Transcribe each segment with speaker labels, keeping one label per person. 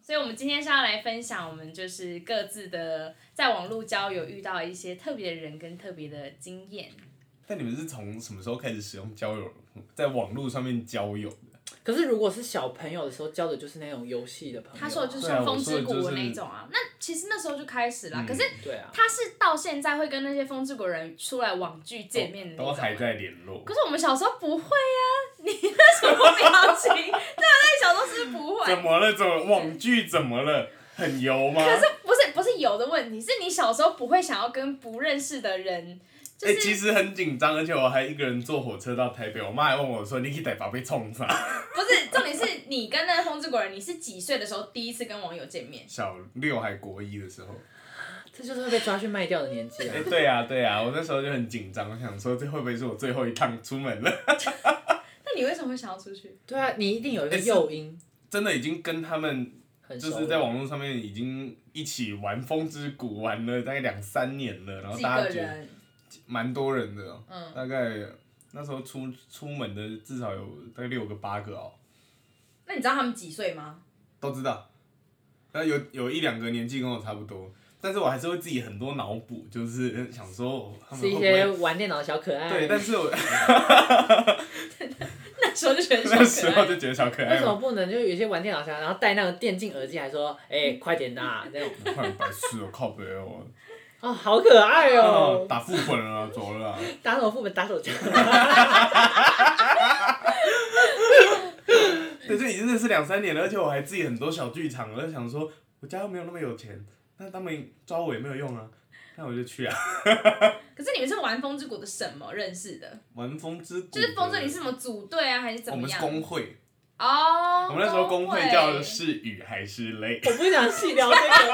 Speaker 1: 所以我们今天是要来分享我们就是各自的在网络交友遇到一些特别的人跟特别的经验。
Speaker 2: 但你们是从什么时候开始使用交友，在网络上面交友的？
Speaker 3: 可是如果是小朋友的时候交的就是那种游戏的朋友啊，
Speaker 1: 他说的就是
Speaker 2: 对啊
Speaker 1: 像
Speaker 2: 我
Speaker 1: 风
Speaker 2: 说的
Speaker 1: 之谷
Speaker 2: 就是
Speaker 1: 那一种啊，那其实那时候就开始啦。
Speaker 2: 嗯
Speaker 1: 可是
Speaker 3: 对啊，
Speaker 1: 他是到现在会跟那些风之谷人出来网剧见面的那
Speaker 2: 都
Speaker 1: 种
Speaker 2: 还
Speaker 1: 啊。
Speaker 2: 在联络
Speaker 1: 可，是我们小时候不会啊，你那什么表情？对啊，那小时候是不是不
Speaker 2: 怎
Speaker 1: 会。
Speaker 2: 么啊了？怎么网剧怎么了？很油吗？
Speaker 1: 可是不是不是有的问题，是你小时候不会想要跟不认识的人，就
Speaker 2: 哎、
Speaker 1: 是、
Speaker 2: 其实很紧张，而且我还一个人坐火车到台北，我妈还问我说：“你去台北被冲上
Speaker 1: 不是重点是你跟那个风之谷人，你是几岁的时候第一次跟网友见面？
Speaker 2: 小六还国一的时候，
Speaker 3: 这就是会被抓去卖掉的年纪啊
Speaker 2: 哎、。对啊，对啊，我那时候就很紧张，我想说这会不会是我最后一趟出门了？
Speaker 1: 那你为什么会想要出去？
Speaker 3: 对啊，你一定有一个诱因，
Speaker 2: 真的已经跟他们
Speaker 3: 很熟
Speaker 2: 就
Speaker 3: 了
Speaker 2: 是在网络上面已经一起玩《风之谷》玩了大概两三年了，然后
Speaker 1: 几
Speaker 2: 大
Speaker 1: 个
Speaker 2: 家觉得
Speaker 1: 人？
Speaker 2: 蛮多人的、哦，
Speaker 1: 嗯，
Speaker 2: 大概那时候出出门的至少有大概六个八个哦，
Speaker 1: 那你知道他们几岁吗？
Speaker 2: 都知道。那有有一两个年纪跟我差不多，但是我还是会自己很多脑补，就是 想说哦他们会
Speaker 3: 是一
Speaker 2: 不
Speaker 3: 些
Speaker 2: 会
Speaker 3: 玩电脑的小可爱。啊
Speaker 2: 对，但是我
Speaker 1: 那时候就觉得
Speaker 2: 那时
Speaker 1: 小可
Speaker 2: 候
Speaker 1: 爱
Speaker 2: 就觉得小可
Speaker 3: 为
Speaker 2: 爱
Speaker 3: 什么
Speaker 2: 嘛，
Speaker 3: 不能？就有些玩电脑的小可爱然后戴那个电竞耳机，还说：“哎，快 点呐！”那种
Speaker 2: 快白痴哦，靠北哦，
Speaker 3: 哦，好可爱
Speaker 2: 哦
Speaker 3: 哦！
Speaker 2: 打副本了啊，走了啊，
Speaker 3: 打手副本，打手枪。
Speaker 2: 对，这已经认识两三年了，而且我还自己很多小剧场，我就想说我家又没有那么有钱，那他们抓我也没有用啊，那我就去啊，
Speaker 1: 可是你们是玩风之谷的什么认识的？
Speaker 2: 玩风之谷
Speaker 1: 就
Speaker 2: 的，
Speaker 1: 是风之谷你是什么组队啊，还是怎
Speaker 2: 我
Speaker 1: 么
Speaker 2: 们是
Speaker 1: 样？
Speaker 2: 工会，
Speaker 1: 哦，
Speaker 2: 我们那时候工
Speaker 1: 会
Speaker 2: 会 叫的是雨还是泪，
Speaker 3: 我不想细聊这个，
Speaker 1: 你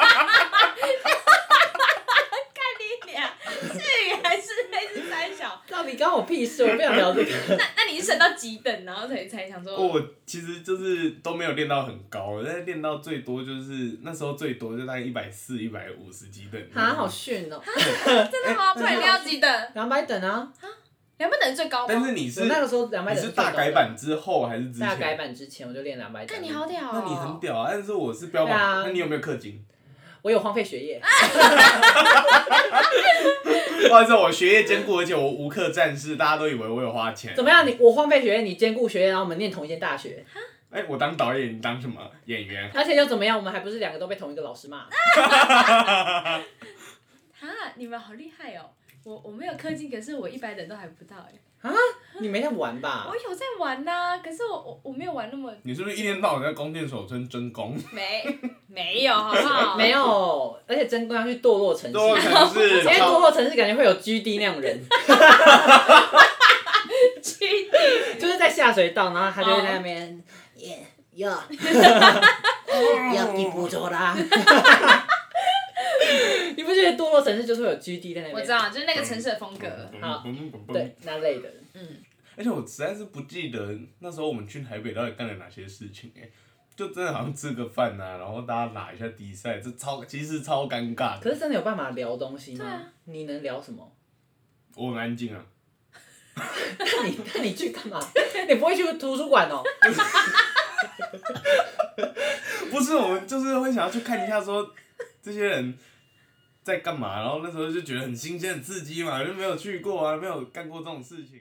Speaker 1: 俩是语还是类似三小？
Speaker 3: 到底关我屁事？我不想聊这个。
Speaker 1: 那那你是升到几等，然后才才想说？
Speaker 2: 哦我其实就是都没有练到很高，我在练到最多就是那时候最多就大概一百四、一百五十几等。
Speaker 3: 啊，好逊哦！
Speaker 1: 啊真的
Speaker 2: 哎
Speaker 1: 吗？不然你要几等？
Speaker 3: 两百等啊，
Speaker 1: 两百等是最高
Speaker 2: 但
Speaker 1: 吗
Speaker 2: 是？你是
Speaker 3: 哦我那个时候两百
Speaker 2: 你
Speaker 3: 等
Speaker 2: 是
Speaker 3: 最
Speaker 2: 大
Speaker 3: 高的
Speaker 2: 改版之后还是之前？
Speaker 3: 大改版之前我就练两百等。
Speaker 1: 看你好屌
Speaker 2: 那
Speaker 1: 哦！
Speaker 2: 你很屌啊！但是我是标
Speaker 3: 对啊
Speaker 2: 榜，那你有没有氪金？
Speaker 3: 我有荒废学业，
Speaker 2: 不好意思，我学业兼顾，而且我无氪战士，大家都以为我有花钱
Speaker 3: 怎。么样？你我荒废学业，你兼顾学业，然后我们念同一间大学，
Speaker 2: 哎、我当导演，你当什么演员？
Speaker 3: 而且又怎么样？我们还不是两个都被同一个老师骂？
Speaker 1: 哈，你们好厉害哦！我我没有氪金，可是我一百等都还不到哎、
Speaker 3: 你没在玩吧
Speaker 1: 我？有在玩呐、可是我我我没有玩那么
Speaker 2: 你是不是一天到晚在弓箭手村争 功？
Speaker 3: 啊
Speaker 1: 没没有好不好？
Speaker 3: 没有，而且真光要去堕落城市，
Speaker 2: 多
Speaker 3: 因
Speaker 2: 可 能是
Speaker 3: 为堕
Speaker 2: 超
Speaker 3: 落城市感觉会有 GD 那种 人，
Speaker 1: 去
Speaker 3: 就是在下水道，然后他就会在那边耶 呀，要你不走 啦。你不觉得堕落城市就是会有 GD 在那 边？
Speaker 1: 我知道，就是那个城市的风格。
Speaker 3: 好
Speaker 2: 嘣嘣嘣
Speaker 3: 对那类的。
Speaker 2: 而且我实在是不记得那时候我们去台北到底干了哪些事情哎、就真的好像吃个饭呐、然后大家打一下比赛，这超其实超尴尬
Speaker 3: 可
Speaker 2: 的。
Speaker 3: 是真的有办法聊东西
Speaker 1: 对
Speaker 3: 吗
Speaker 1: 啊？
Speaker 3: 你能聊什么？
Speaker 2: 我很安静啊，
Speaker 3: 那你那你去干嘛？ 你不会去图书馆哦？
Speaker 2: 不是我们就是会想要去看一下说这些人在干嘛，然后那时候就觉得很新鲜、很刺激嘛，就没有去过啊，没有干过这种事情。